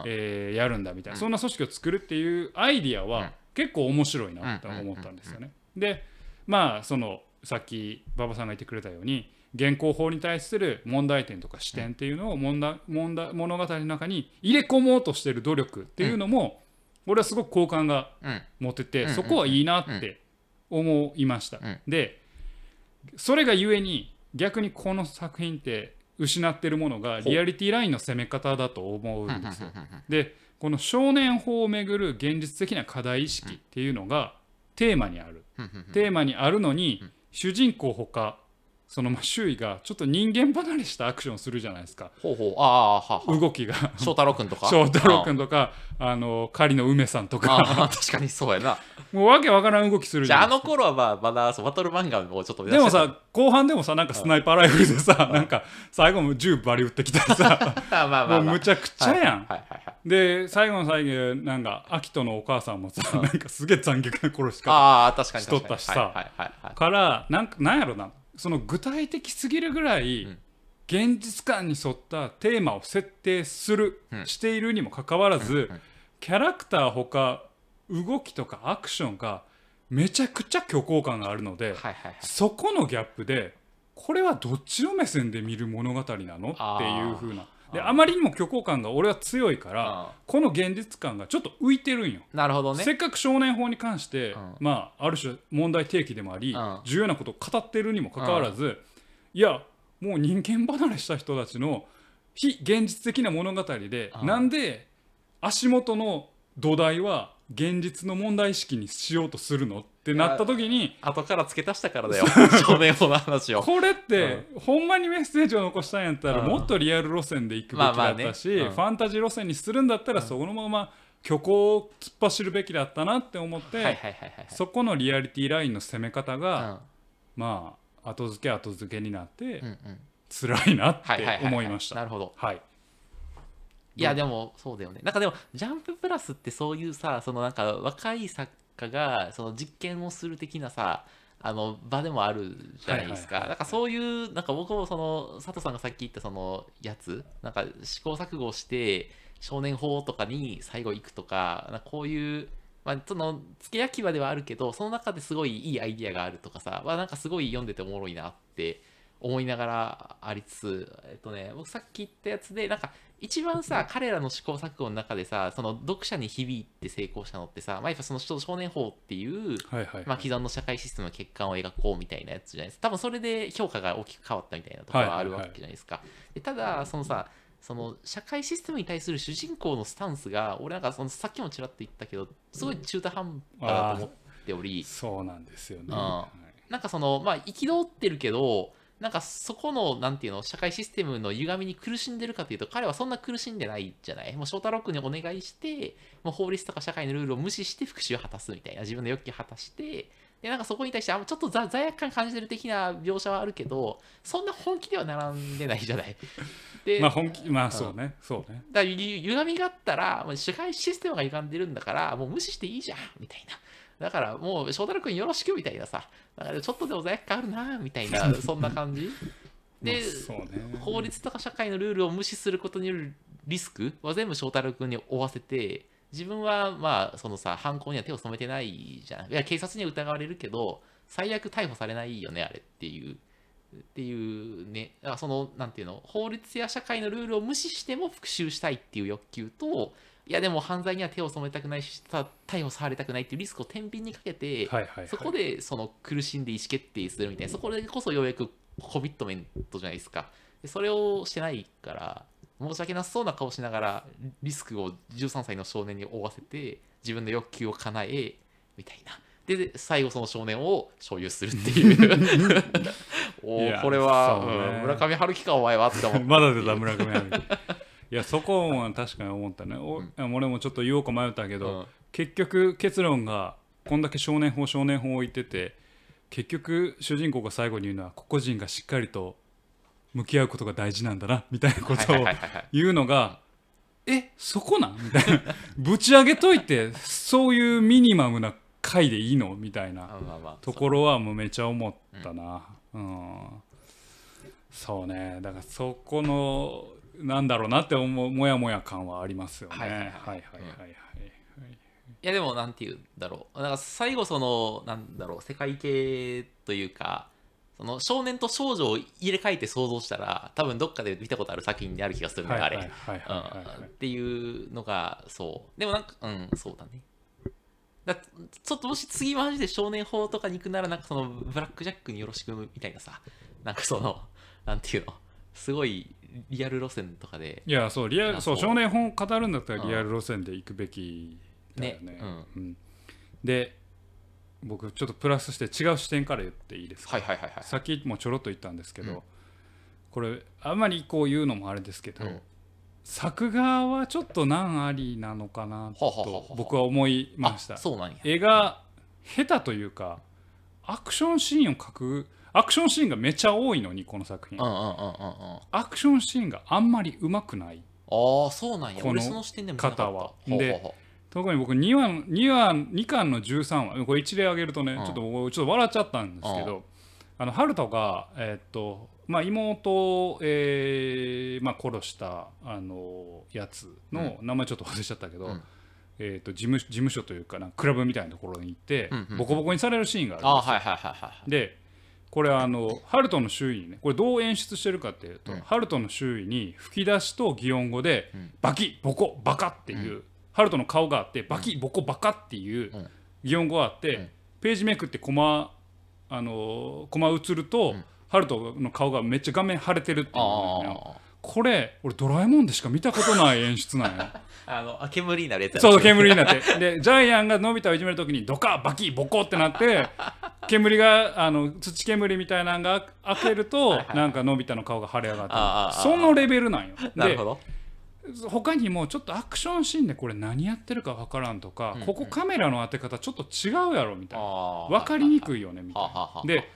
Speaker 1: えーやるんだみたいな、
Speaker 2: うん
Speaker 1: そんな組織を作るっていうアイディア
Speaker 2: うん
Speaker 1: は結構面白いなと思ったんですよね。でまあそのさっき馬場さんが言ってくれたように現行法に対する問題点とか視点っていうのを問題問題物語の中に入れ込もうとしてる努力っていうのも、俺はすごく好感が
Speaker 2: うん
Speaker 1: 持て
Speaker 2: う
Speaker 1: て
Speaker 2: んうん
Speaker 1: そこはいいなって思いました
Speaker 2: うん。
Speaker 1: でそれがゆえに逆にこの作品って失ってるものが
Speaker 2: ほう
Speaker 1: リアリティラインの攻め方だと思うんですよ。
Speaker 2: うんうんうんうん
Speaker 1: でこの少年法をめぐる現実的な課題意識っていうのがテーマにある、
Speaker 2: うんうんうん
Speaker 1: テーマにあるのに主人公ほかそのまあ周囲がちょっと人間離れしたアクションするじゃないですか
Speaker 2: ほうほうああーはあは
Speaker 1: 動きが
Speaker 2: あ翔太郎くんとか
Speaker 1: 翔太郎君とかあの狩りの梅さんと
Speaker 2: あ
Speaker 1: か
Speaker 2: ああ確かにそうやな
Speaker 1: もうわけわからん動きする
Speaker 2: じ
Speaker 1: じゃ
Speaker 2: ゃあ
Speaker 1: な
Speaker 2: あ
Speaker 1: いです
Speaker 2: の
Speaker 1: か
Speaker 2: 頃はまあまだそうバトル漫画をちょっと目
Speaker 1: で
Speaker 2: 指し
Speaker 1: も
Speaker 2: てた
Speaker 1: さ後半でもさなんかスナイパーライフルでさなんか最後も銃バリ撃ってきたりさ
Speaker 2: まあま あま
Speaker 1: も
Speaker 2: あ
Speaker 1: う
Speaker 2: まあ
Speaker 1: むちゃくちゃやん
Speaker 2: はいはいはいはい
Speaker 1: で最後の最後なんかアキトのお母さんもさなんかすげえ残虐な殺し方
Speaker 2: ああ確かに確かに
Speaker 1: しとったしさ
Speaker 2: はいはいはいはい
Speaker 1: からなんかなんやろなその具体的すぎるぐらい
Speaker 2: うん
Speaker 1: 現実感に沿ったテーマを設定する、
Speaker 2: うん
Speaker 1: しているにもかかわらず、
Speaker 2: うん
Speaker 1: キャラクターほか動きとかアクションがめちゃくちゃ虚構感があるので、
Speaker 2: はいはいはい
Speaker 1: そこのギャップでこれはどっちの目線で見る物語なの
Speaker 2: あ
Speaker 1: ってい
Speaker 2: ー
Speaker 1: う風なで
Speaker 2: あー
Speaker 1: あまりにも虚構感が俺は強いから
Speaker 2: あ
Speaker 1: この現実感がちょっと浮いてるんよ。
Speaker 2: ーなるほどね
Speaker 1: せっかく少年法に関して、
Speaker 2: うん
Speaker 1: まあ、ある種問題提起でもあり、
Speaker 2: うん
Speaker 1: 重要なことを語ってるにもかかわらず、いやもう人間離れした人たちの非現実的な物語で、
Speaker 2: うん
Speaker 1: なんで足元の土台は現実の問題意識にしようとするのってなった時に
Speaker 2: 後から付け足したか らだよ少年法の話を
Speaker 1: これって、ほんまにメッセージを残したんやったら、
Speaker 2: うん
Speaker 1: もっとリアル路線で行くべき
Speaker 2: まあま
Speaker 1: だ
Speaker 2: あ
Speaker 1: っ
Speaker 2: ね
Speaker 1: たし、
Speaker 2: うん
Speaker 1: ファンタジー路線にするんだったら、
Speaker 2: うん
Speaker 1: そのまま虚構を突っ走るべきだったなって思って、
Speaker 2: はいはいはいはいはい
Speaker 1: そこのリアリティラインの攻め方が、
Speaker 2: うん
Speaker 1: まあ後付け後付けになって、
Speaker 2: うんうん
Speaker 1: 辛いなっ
Speaker 2: はいはいはい
Speaker 1: て
Speaker 2: はい
Speaker 1: 思いました。
Speaker 2: な
Speaker 1: はい
Speaker 2: るほど
Speaker 1: う
Speaker 2: いやでもそうだよねなんかでも「ジャンププラス」ってそういうさそのなんか若い作家がその実験をする的なさあの場でもあるじゃないですか、
Speaker 1: はいはいはい
Speaker 2: なんかそういうなんか僕もその佐藤さんがさっき言ったそのやつなんか試行錯誤して少年法とかに最後行くとかなんかこういう、まあ、その付け焼き場ではあるけどその中ですごいいいアイディアがあるとかさはなんかすごい読んでておもろいなって思いながらありつつ、えっとね、僕さっき言ったやつでなんか一番さ彼らの試行錯誤の中でさその読者に響いて成功したのってさ、まあ、やっぱその少年法っていう、
Speaker 1: はいはい
Speaker 2: まあ、既存の社会システムの欠陥を描こうみたいなやつじゃないですか多分それで評価が大きく変わったみたいなところはあるわけじゃないですか、でただそのさその社会システムに対する主人公のスタンスが俺なんかそのさっきもちらっと言ったけどすごい中途半端だと思っており、
Speaker 1: そうなんですよね。
Speaker 2: うん
Speaker 1: はい
Speaker 2: なんかそのまあ憤ってるけどなんかそこのなんていうの社会システムの歪みに苦しんでるかというと彼はそんな苦しんでないじゃないもう翔太郎君にお願いしてもう法律とか社会のルールを無視して復讐を果たすみたいな自分の欲求を果たしてでなんかそこに対してあちょっとざ罪悪感感じてる的な描写はあるけどそんな本気では並んでないじゃない。で
Speaker 1: まあ本気まあそうね、そうね。
Speaker 2: だからゆ歪みがあったら、もう社会システムが歪んでるんだから、もう無視していいじゃん、みたいな。だからもう、翔太郎君よろしく、みたいなさ。だからちょっとでも罪悪感あるな、みたいな、そんな感じ。で、
Speaker 1: まあそうね。
Speaker 2: 法律とか社会のルールを無視することによるリスクは全部翔太郎君に負わせて自分はまあそのさ犯行には手を染めてないじゃんいや警察には疑われるけど最悪逮捕されないよねあれっていうっていうねだからそのなんていうの法律や社会のルールを無視しても復讐したいっていう欲求といやでも犯罪には手を染めたくないした逮捕されたくないっていうリスクを天秤にかけて、
Speaker 1: はいはいはい。
Speaker 2: そこでその苦しんで意思決定するみたいな、そこでこそようやくコミットメントじゃないですか。でそれをしてないから、申し訳なさそうな顔しながら、リスクを13歳の少年に負わせて、自分の欲求を叶え、みたいな。で、で最後その少年を所有するって いう。お
Speaker 1: い
Speaker 2: お、
Speaker 1: や
Speaker 2: これは、
Speaker 1: そうね
Speaker 2: うん村上春樹か、お前はって思っ て。
Speaker 1: まだ出た村上春樹。いやそこは確かに思ったね。お
Speaker 2: うん
Speaker 1: 俺もちょっと言おうか迷ったけど、
Speaker 2: うん
Speaker 1: 結局結論がこんだけ少年法少年法を言ってて結局主人公が最後に言うのは個々人がしっかりと向き合うことが大事なんだなみたいなこ
Speaker 2: はい
Speaker 1: と
Speaker 2: はい
Speaker 1: を
Speaker 2: はいはいはい。
Speaker 1: 言うのがえそこなんみたいなぶち上げといてそういうミニマムな回でいいのみたいな
Speaker 2: あまあまあ
Speaker 1: ところはもうめちゃ思ったなうん、そうねだからそこのなんだろうなって思うもやもや感はありますよね
Speaker 2: はいはいは
Speaker 1: は
Speaker 2: い
Speaker 1: いはいはいはい
Speaker 2: いやでもなんて言うんだろうなんか最後そのなんだろう世界系というかその少年と少女を入れ替えて想像したら多分どっかで見たことある作品になる気がするんだよあれ、
Speaker 1: はいはいはいはいはい
Speaker 2: うんっていうのがそうでもなんかうんそうだねだちょっともし次マジで少年法とかに行くならなんかそのブラックジャックによろしくみたいなさなんかそのなんていうのすごいリアル路線とかで
Speaker 1: いやそうリア
Speaker 2: あ
Speaker 1: ルそう
Speaker 2: そう
Speaker 1: 少年本を語るんだったら
Speaker 2: うん
Speaker 1: リアル路線で行くべきだよね。
Speaker 2: ねうん
Speaker 1: うんで僕ちょっとプラスして違う視点から言っていいですか、
Speaker 2: はいはいはいはい
Speaker 1: さっきもちょろっと言ったんですけど、
Speaker 2: うん
Speaker 1: これあんまりこう言うのもあれですけど、
Speaker 2: うん
Speaker 1: 作画はちょっと難ありなのかな
Speaker 2: はあはあはあ
Speaker 1: と僕は思いました
Speaker 2: あそうなんや
Speaker 1: 絵が下手というかアクションシーンを描くアクションシーンがめちゃ多いのにこの作
Speaker 2: う
Speaker 1: 品
Speaker 2: んうんうんうんうんあ
Speaker 1: アクションシーンがあんまりうまくない
Speaker 2: あそうなんや
Speaker 1: この
Speaker 2: 俺その視点でも見なかった
Speaker 1: 方は
Speaker 2: ほう
Speaker 1: で
Speaker 2: ほうほ
Speaker 1: 特に僕2話の2話2巻の13話これ一例挙げるとね、
Speaker 2: うん
Speaker 1: ちょっと僕ちょっと笑っちゃったんですけど、あの春人が、えーっとまあ、妹を、えーまあ、殺したあのやつの名前ちょっと忘れちゃったけど、
Speaker 2: うん
Speaker 1: えーっと事務事務所というかなんかクラブみたいなところに行って、
Speaker 2: うんうん
Speaker 1: ボコボコにされるシーンがあるんです
Speaker 2: う
Speaker 1: よ
Speaker 2: ああはいはいはいはい
Speaker 1: でこれあのハルトの周囲にねこれどう演出してるかっていうと、
Speaker 2: うん
Speaker 1: ハルトの周囲に吹き出しと擬音語で、
Speaker 2: うん
Speaker 1: バキボコバカっていう、ハルトの顔があってバキボコバカっていう
Speaker 2: うん
Speaker 1: 擬音語があって、
Speaker 2: うん
Speaker 1: ページめくってコマあのーコマ映ると、
Speaker 2: うん
Speaker 1: ハルトの顔がめっちゃ画面腫れてるっていうのがね
Speaker 2: あ
Speaker 1: これ俺ドラえもんでしか見たことない演出なんよ。
Speaker 2: ああのあ煙になるやつや
Speaker 1: そう煙になって でジャイアンがのび太をいじめるときにドカバキボコってな って煙があの土煙みたいなのが開けるとなんかのび太の顔が腫れ上
Speaker 2: あああ
Speaker 1: が
Speaker 2: あ
Speaker 1: ってるそのレベルなんよ。
Speaker 2: なるほ
Speaker 1: で
Speaker 2: ど
Speaker 1: 他にもちょっとアクションシーンでこれ何やってるか分からんとか、
Speaker 2: うんうん
Speaker 1: ここカメラの当て方ちょっと違うやろみたいな
Speaker 2: あ
Speaker 1: 分かりに
Speaker 2: い
Speaker 1: くいよねみたい
Speaker 2: はあ
Speaker 1: な
Speaker 2: はあはあ
Speaker 1: で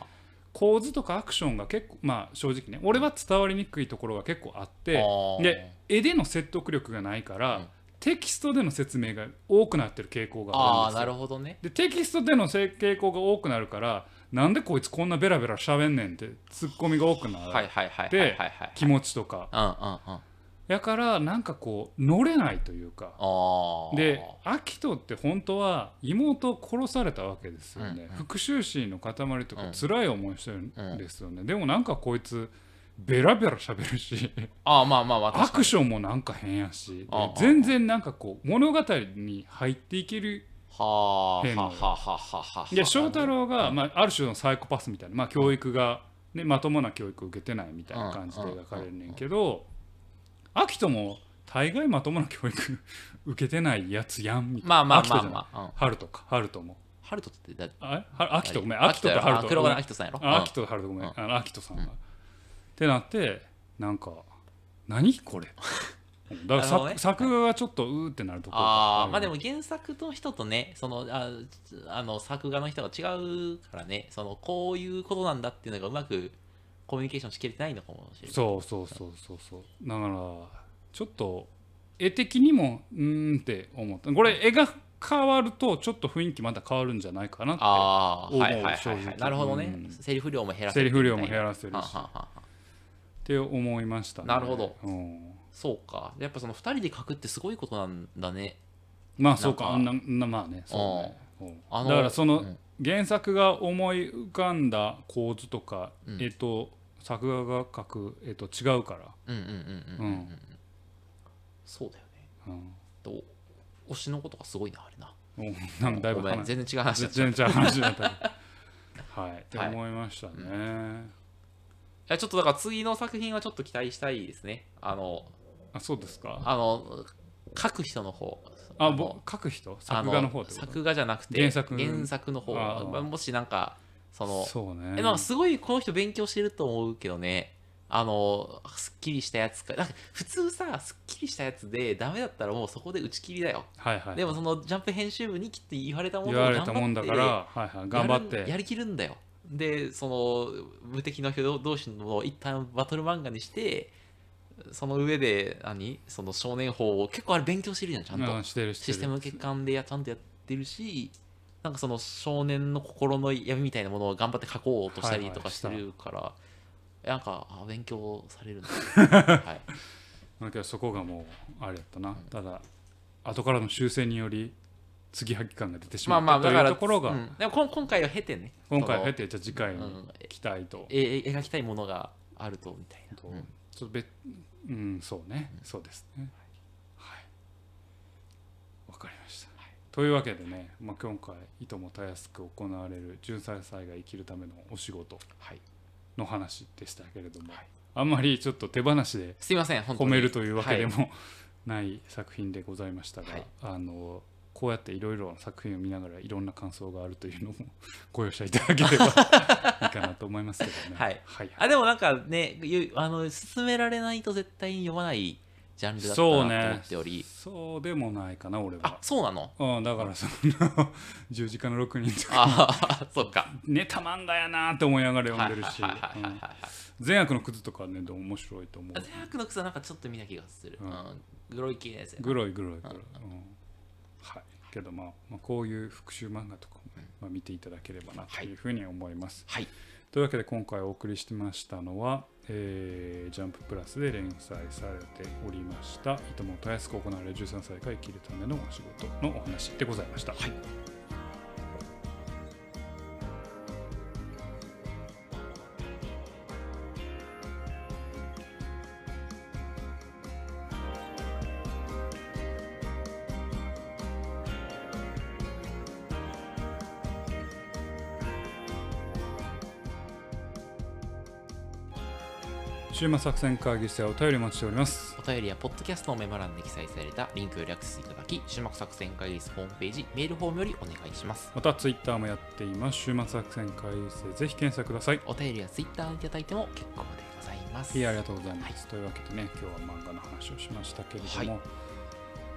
Speaker 1: 構図とかアクションが結構まあ正直ね俺は伝わりにくいところが結構あって
Speaker 2: あー
Speaker 1: で絵での説得力がないから、
Speaker 2: うん
Speaker 1: テキストでの説明が多くなってる傾向が
Speaker 2: あ
Speaker 1: あるん
Speaker 2: あ
Speaker 1: です
Speaker 2: なる
Speaker 1: よ。
Speaker 2: ほどね
Speaker 1: でテキストでのせ傾向が多くなるからなんでこいつこんなベラベラ喋んねんってツッコミが多くなる、
Speaker 2: はいはいはいはいはい
Speaker 1: で
Speaker 2: はいはい
Speaker 1: 気持ちとか
Speaker 2: うんうんうん
Speaker 1: やからなんかこう乗れないというか
Speaker 2: ああ
Speaker 1: でアキトって本当は妹を殺されたわけですよね、
Speaker 2: うんうん
Speaker 1: 復讐心の塊と
Speaker 2: う
Speaker 1: か
Speaker 2: ん
Speaker 1: 辛い思いしてるんですよね、でもなんかこいつベラベラ喋るし
Speaker 2: ああまあまあまあ
Speaker 1: ア
Speaker 2: 確か
Speaker 1: ク
Speaker 2: に
Speaker 1: ションもなんか変やしで
Speaker 2: ああ
Speaker 1: 全然なんかこう物語に入っていける
Speaker 2: はあは
Speaker 1: 変な
Speaker 2: あはあはあはあはあ
Speaker 1: で翔太郎が、まあ、ある種のサイコパスみたいな、まあ、教育が、ね、まともな教育を受けてないみたいな感じで描かれるねんけどアキトも大概まともな教育 受けてないやつやんみたいな
Speaker 2: まあまあ
Speaker 1: アキト
Speaker 2: まあ
Speaker 1: じゃない
Speaker 2: まあうん
Speaker 1: ハルトかハルトも
Speaker 2: ハルトってだ
Speaker 1: あはアキトごめん
Speaker 2: あ
Speaker 1: アキトとハルト
Speaker 2: 黒
Speaker 1: ごめ
Speaker 2: 金
Speaker 1: ん
Speaker 2: アキトさんやろ
Speaker 1: あアキ
Speaker 2: ト
Speaker 1: トとハルトごめん
Speaker 2: うん
Speaker 1: あのアキトさんが、ってなってなんか何こ れだから
Speaker 2: なるほ
Speaker 1: 作,、
Speaker 2: どね
Speaker 1: 作画がちょっとうーってなるところ
Speaker 2: ああ
Speaker 1: る
Speaker 2: まあでも原作の人とねそのああの作画の人が違うからねそのこういうことなんだっていうのがうまくコミュニケーションしきれてないのかもしれない
Speaker 1: そうそうそうそうそうだからちょっと絵的にもうーんって思ったこれ絵が変わるとちょっと雰囲気また変わるんじゃないかなっ
Speaker 2: ああ
Speaker 1: 思う
Speaker 2: はいはいは
Speaker 1: 正
Speaker 2: いは
Speaker 1: 直
Speaker 2: いなるほどね
Speaker 1: うん
Speaker 2: セリフ量も減ら
Speaker 1: て
Speaker 2: せ
Speaker 1: セ
Speaker 2: る
Speaker 1: リ
Speaker 2: みた
Speaker 1: フ
Speaker 2: い
Speaker 1: 量
Speaker 2: な
Speaker 1: も減らせる
Speaker 2: は
Speaker 1: し
Speaker 2: あはあはあ
Speaker 1: って思いましたね
Speaker 2: なるほど
Speaker 1: うん
Speaker 2: そうかやっぱその2人で書くってすごいことなんだね
Speaker 1: まあそうか
Speaker 2: なん
Speaker 1: ななまあねそうねうん
Speaker 2: あの
Speaker 1: だからそうの
Speaker 2: ん
Speaker 1: 原作が思い浮かんだ構図とか、
Speaker 2: うん
Speaker 1: えっと作画が描く、えっと違うから、
Speaker 2: うんうんうんうんうんうんそうだよね
Speaker 1: うん
Speaker 2: と推しのことがすごいなあれな
Speaker 1: おなんかだいぶ
Speaker 2: ごめん
Speaker 1: 話
Speaker 2: 全然違う話だ
Speaker 1: 全然違う話だったけどはい、って
Speaker 2: はい
Speaker 1: 思いましたね、
Speaker 2: いやちょっとだから次の作品はちょっと期待したいですね。あの、
Speaker 1: あそうですか
Speaker 2: あの、書く人の方。
Speaker 1: あ
Speaker 2: の
Speaker 1: ぼ書く人
Speaker 2: あ
Speaker 1: 作画の方ってこと
Speaker 2: 作画じゃなくて、
Speaker 1: 原作
Speaker 2: 原作の方。
Speaker 1: あー
Speaker 2: まあもしなんか、その、
Speaker 1: そう
Speaker 2: え
Speaker 1: ね
Speaker 2: なんかすごいこの人勉強してると思うけどね。あの、すっきりしたやつか。なんか普通さ、すっきりしたやつでダメだったらもうそこで打ち切りだよ。
Speaker 1: はいはい
Speaker 2: でもそのジャンプ編集部にきっと言われたも
Speaker 1: 言
Speaker 2: のを
Speaker 1: わ
Speaker 2: 頑
Speaker 1: れ
Speaker 2: 張って
Speaker 1: たもんだから、はいはい、頑張っ
Speaker 2: やるや
Speaker 1: て
Speaker 2: りきるんだよでその無敵の人同士の一旦バトル漫画にしてその上で何その少年法を結構あれ勉強してるじゃんちゃんと、
Speaker 1: うんしてるして
Speaker 2: シ
Speaker 1: る
Speaker 2: ステム欠陥でやちゃんとやってるしなんかその少年の心の闇みたいなものを頑張って書こうとしたりとかしてるから、なんかあ勉強されるんだ、 はい、
Speaker 1: だけどそこがもうあれやったな、ただ後からの修正により継ぎはぎ感が出てし
Speaker 2: ま
Speaker 1: ま
Speaker 2: あ
Speaker 1: った、
Speaker 2: まあだから
Speaker 1: というところが、
Speaker 2: うんでもこん今回を経てね
Speaker 1: 今回は経て
Speaker 2: て
Speaker 1: じゃあ次回
Speaker 2: う
Speaker 1: に
Speaker 2: ん
Speaker 1: 期待と、
Speaker 2: え描きたいものがあるとみたい
Speaker 1: と
Speaker 2: な、うん
Speaker 1: ちょっと別うんそうね、そうですねはいわ、かりました、というわけでね、まあ、今回いともたやすく行われる純菜祭が生きるためのお仕事
Speaker 2: はい、
Speaker 1: の話でしたけれども、あんまりちょっと手放しです
Speaker 2: いません本当
Speaker 1: 褒
Speaker 2: に
Speaker 1: めるというわけで
Speaker 2: はい
Speaker 1: もない作品でございましたが、
Speaker 2: はい
Speaker 1: あのこうやっていろいろな作品を見ながらいろんな感想があるというのもご容赦いただければ いいかなと思いますけどね。
Speaker 2: はい
Speaker 1: はい、
Speaker 2: あでもなんかねゆあの勧められないと絶対に読まないジャンルだったなと
Speaker 1: そう
Speaker 2: 思
Speaker 1: ね
Speaker 2: っており、
Speaker 1: そうでもないかな俺
Speaker 2: あ
Speaker 1: は。
Speaker 2: そう なの
Speaker 1: うん、だからその 十字架の6人とか
Speaker 2: ああそっか
Speaker 1: ネタマンだやなーって思いながら読んでるし
Speaker 2: はいはいはいはいはい
Speaker 1: うん善悪の靴とかねでも面白いと思う
Speaker 2: あ善悪の靴はなんかちょっと見た気がする、う
Speaker 1: うんん
Speaker 2: グロい系のやつやな
Speaker 1: グロいグロいグロい、うんはいけどまあ、まあ、こういう復習漫画とかもね、まあ、見ていただければなというふうに思います、
Speaker 2: はい
Speaker 1: というわけで今回お送りしてましたのは「えージャンププラス」で連載されておりました「いともたやすく行われる13歳が生きるためのお仕事」のお話でございました、はい週末作戦会議室ではお便りお待ちしております
Speaker 2: お便りやポッドキャストのメモ欄で記載されたリンクよりアクセスいただき、種目作戦会議室ホームページ、メールフォームよりお願いします。
Speaker 1: またツイッターもやっています週末作戦会議室でぜひ検索ください
Speaker 2: お便りやツイッターいただいても結構でございます。
Speaker 1: いやありがとうございます、というわけでね今日は漫画の話をしましたけれども、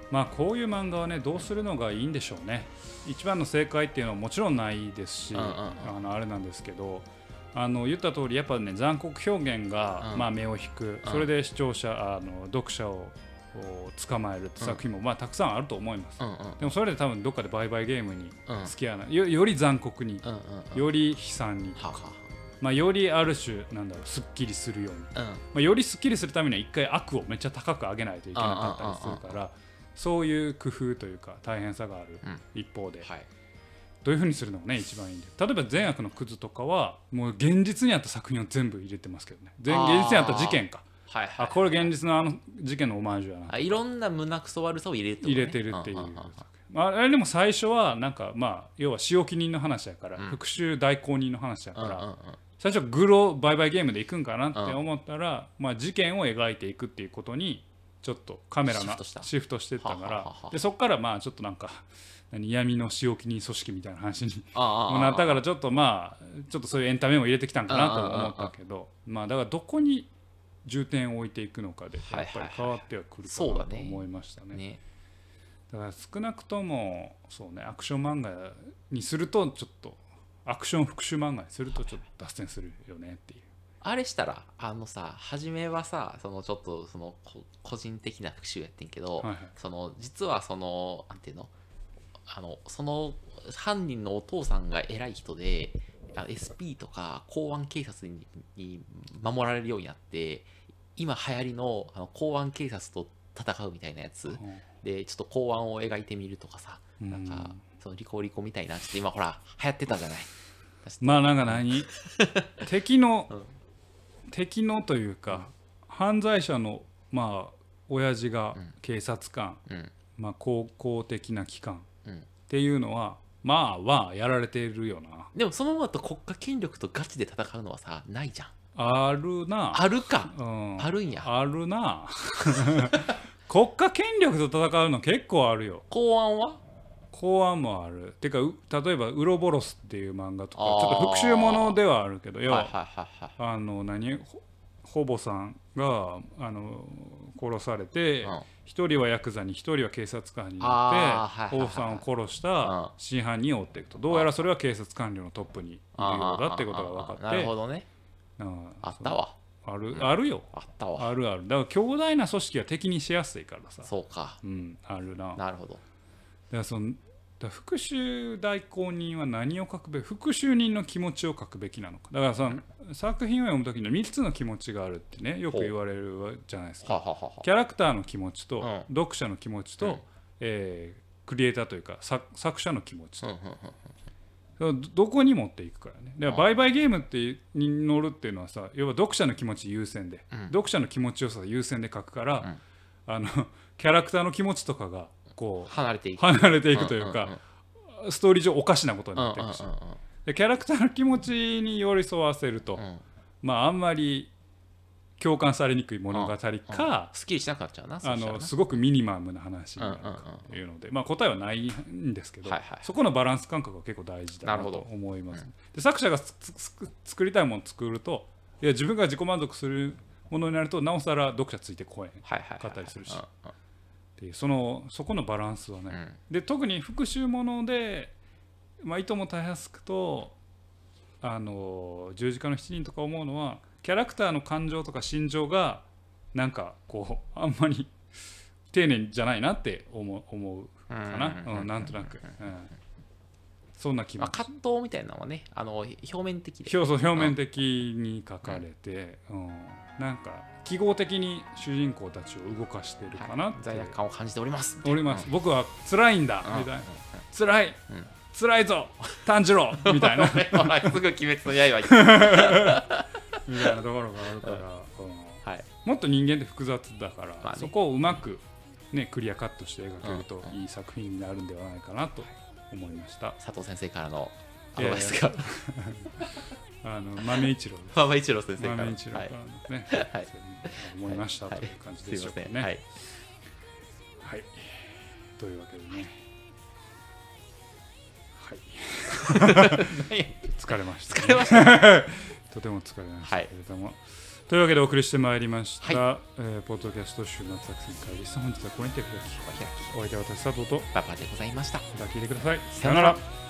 Speaker 1: まあこういう漫画はねどうするのがいいんでしょうね一番の正解っていうのはもちろんないですし、
Speaker 2: うんうんうん
Speaker 1: あのあれなんですけどあの言った通りやっぱね残酷表現が、
Speaker 2: うん
Speaker 1: まあ、目を引く、
Speaker 2: うん
Speaker 1: それで視聴者あの読者をを捕まえるって作品も、まあたくさんあると思います、
Speaker 2: うんうん
Speaker 1: でもそれで多分どっかで売買ゲームに
Speaker 2: うん
Speaker 1: 付き合わないよより残酷に、
Speaker 2: うんうんうん。
Speaker 1: より悲惨に、
Speaker 2: はあは
Speaker 1: まあ、よりある種なんだろうすっきりするように
Speaker 2: あはあ
Speaker 1: まあ、よりすっきりするためには一回悪をめっちゃ高く上げないといけなかったりするからそういう工夫というか大変さがある
Speaker 2: うん
Speaker 1: 一方で、
Speaker 2: うん。はい。
Speaker 1: どういうふうにするのがね一番いいんで例えば善悪のクズとかはもう現実にあった作品を全部入れてますけどね全
Speaker 2: あー
Speaker 1: 現実にあった事件か
Speaker 2: はいはい。
Speaker 1: あこれ現実のあの事件のオマージュやな
Speaker 2: あいろんな胸くそ悪さを入れるってこと
Speaker 1: 入
Speaker 2: ね
Speaker 1: れてるっていうん
Speaker 2: んんんは
Speaker 1: まああれでも最初はなんかまあ要は仕置き人の話やから
Speaker 2: うん
Speaker 1: 復讐代行人の話や
Speaker 2: うん
Speaker 1: か
Speaker 2: うん
Speaker 1: ら
Speaker 2: うん
Speaker 1: 最初グロ売買ゲームでいくんかなって思ったら、まあ、事件を描いていくっていうことにちょっとカメラの
Speaker 2: シフトした
Speaker 1: シフトしてったから
Speaker 2: はははは
Speaker 1: でそこからまあちょっとなんか何闇の仕置き人組織みたいな話に
Speaker 2: ああああ
Speaker 1: もなったからちょっとまあちょっとそういうエンタメも入れてきたんかなとも思ったけどまあだからどこに重点を置いていくのかでやっぱり変わってはくるか
Speaker 2: はいはい
Speaker 1: な
Speaker 2: は
Speaker 1: いと
Speaker 2: そうだね
Speaker 1: 思いましたね。
Speaker 2: ね。
Speaker 1: だから少なくともそうねアクション漫画にするとちょっとアクション復讐漫画にするとちょっと脱線するよねっていう。
Speaker 2: あれしたら、あのさ、初めはさ、そのちょっとそのこ個人的な復習やってんけど、
Speaker 1: はいはい
Speaker 2: その実はその、なんていうのあの、その犯人のお父さんが偉い人で、あ SP とか公安警察にに守られるようになって、今流行りのあの公安警察と戦うみたいなやつで、ちょっと公安を描いてみるとかさ、なん
Speaker 1: う
Speaker 2: か
Speaker 1: ん、
Speaker 2: そのリコリコみたいな、ちょっと今ほら、流行ってたじゃない。
Speaker 1: まあなんか 何敵の、
Speaker 2: うん
Speaker 1: 敵のというか犯罪者のまあ親父が
Speaker 2: うん
Speaker 1: 警察官、
Speaker 2: うん、
Speaker 1: まあ高校的な機関っ
Speaker 2: うん。
Speaker 1: ていうのはまあはやられてるよな
Speaker 2: でもそのままと国家権力とガチで戦うのはさないじゃん
Speaker 1: あるな
Speaker 2: あるか
Speaker 1: うん、
Speaker 2: あるんや
Speaker 1: あるな 国家権力と戦うの結構あるよ
Speaker 2: 公安は
Speaker 1: 公安もあるてかう例えば「ウロボロス」っていう漫画とか
Speaker 2: あー
Speaker 1: ちょっと復讐ものではあるけど
Speaker 2: はい
Speaker 1: 要
Speaker 2: はい
Speaker 1: は
Speaker 2: はいはい
Speaker 1: あの何ほほぼさんがあの殺されて
Speaker 2: うん
Speaker 1: 一、人はヤクザに一人は警察官に
Speaker 2: あ
Speaker 1: な
Speaker 2: ーはいはいはい
Speaker 1: ってほぼさんを殺し
Speaker 2: うん
Speaker 1: た真犯人を追っていくとどうやらそれは警察官僚のトップにいるようだってことが分
Speaker 2: あーあーあーなるほ
Speaker 1: かって
Speaker 2: どね
Speaker 1: うん
Speaker 2: あったわ
Speaker 1: あるあるよ
Speaker 2: あったわ
Speaker 1: あるあるだから強大な組織は敵にしやすいからさ
Speaker 2: そうか
Speaker 1: うんあるなだか
Speaker 2: なるほど
Speaker 1: らそのだから復讐代行人は何を書くべき復讐人の気持ちを書くべきなのかだからさ作品を読む時に3つの気持ちがあるってねよく言われるじゃないですか
Speaker 2: はははは
Speaker 1: キャラクターの気持ちと、
Speaker 2: うん
Speaker 1: 読者の気持ちと、
Speaker 2: うん
Speaker 1: えークリエイターというか作作者の気持ち
Speaker 2: う
Speaker 1: と、
Speaker 2: んうんうん
Speaker 1: どどこに持っていくからねだから
Speaker 2: う
Speaker 1: 売買ゲームっていうに乗るっていうのはさ要は読者の気持ち優先で、
Speaker 2: うん
Speaker 1: 読者の気持ちよさ優先で書くから、あのキャラクターの気持ちとかがこう
Speaker 2: 離れていく
Speaker 1: 離れていくというか、ストーリー上おかしなことに
Speaker 2: うんうん
Speaker 1: な
Speaker 2: う
Speaker 1: って
Speaker 2: ん
Speaker 1: いくし、
Speaker 2: うんうん
Speaker 1: でキャラクターの気持ちに寄り添わせると、
Speaker 2: うん
Speaker 1: まああんまり共感されにくい物語か、
Speaker 2: すっきりしなくなっちゃうなそ
Speaker 1: あ
Speaker 2: したらな
Speaker 1: のすごくミニマムな話になる
Speaker 2: うんうん
Speaker 1: かというので、まあ、答えはないんですけど、
Speaker 2: はいはい
Speaker 1: そこのバランス感覚は結構大事だな
Speaker 2: なるほ
Speaker 1: と
Speaker 2: ど
Speaker 1: 思います。で作者がつつつ作りたいものを作るといや自分が自己満足するものになるとなおさら読者ついてこえんっ
Speaker 2: はいはいはい
Speaker 1: 買ったりするし
Speaker 2: うん
Speaker 1: ていうそのそこのバランスはね、
Speaker 2: うんうん
Speaker 1: で特に復習もので、まあ、いともたやすくとあの十字架の七人とか思うのはキャラクターの感情とか心情がなんかこうあんまり丁寧じゃないなって思う思うかな、
Speaker 2: うん
Speaker 1: うんなんとなく、うん、そんな気
Speaker 2: ま
Speaker 1: 持
Speaker 2: あ、
Speaker 1: ち
Speaker 2: 葛藤みたいなのはねあの表面的で
Speaker 1: 表そう表面的に書かれて、うんなんか記号的に主人公たちを動かしてるかな
Speaker 2: は
Speaker 1: っ
Speaker 2: い
Speaker 1: て、
Speaker 2: 罪悪感を感じております
Speaker 1: おります、
Speaker 2: うん
Speaker 1: 僕は辛いんだ
Speaker 2: うん
Speaker 1: みたいな辛い、
Speaker 2: うん
Speaker 1: 辛いぞ炭治 郎みたいな
Speaker 2: うんはいす ぐ鬼滅の刃 行く
Speaker 1: みたいなところがあるから、うん
Speaker 2: はい
Speaker 1: もっと人間って複雑だから、
Speaker 2: まあね
Speaker 1: そこをうまく、ね、クリアカットして描けると
Speaker 2: うんうん
Speaker 1: いい作品になるんではないかなと思いました。
Speaker 2: 佐藤先生からのアドバイスが
Speaker 1: あの豆一郎です
Speaker 2: 馬場一郎先生から
Speaker 1: 豆一郎か
Speaker 2: は
Speaker 1: ら
Speaker 2: い
Speaker 1: のね、
Speaker 2: はい
Speaker 1: 思いました
Speaker 2: はい
Speaker 1: という感じ
Speaker 2: す
Speaker 1: で
Speaker 2: い
Speaker 1: しょ
Speaker 2: ま
Speaker 1: う
Speaker 2: せ
Speaker 1: か
Speaker 2: ん
Speaker 1: ね。
Speaker 2: はい
Speaker 1: はい、というわけでね、はい、疲れました、ね。
Speaker 2: 疲れました
Speaker 1: とても疲れましたけれども。というわけでお送りしてまいりました、えーポッドキャスト週末作戦会議室、本日はこれにて開き、
Speaker 2: お開
Speaker 1: お相
Speaker 2: き
Speaker 1: 手は私、佐藤と、
Speaker 2: パパでございました
Speaker 1: また聞いてください。
Speaker 2: さよなら。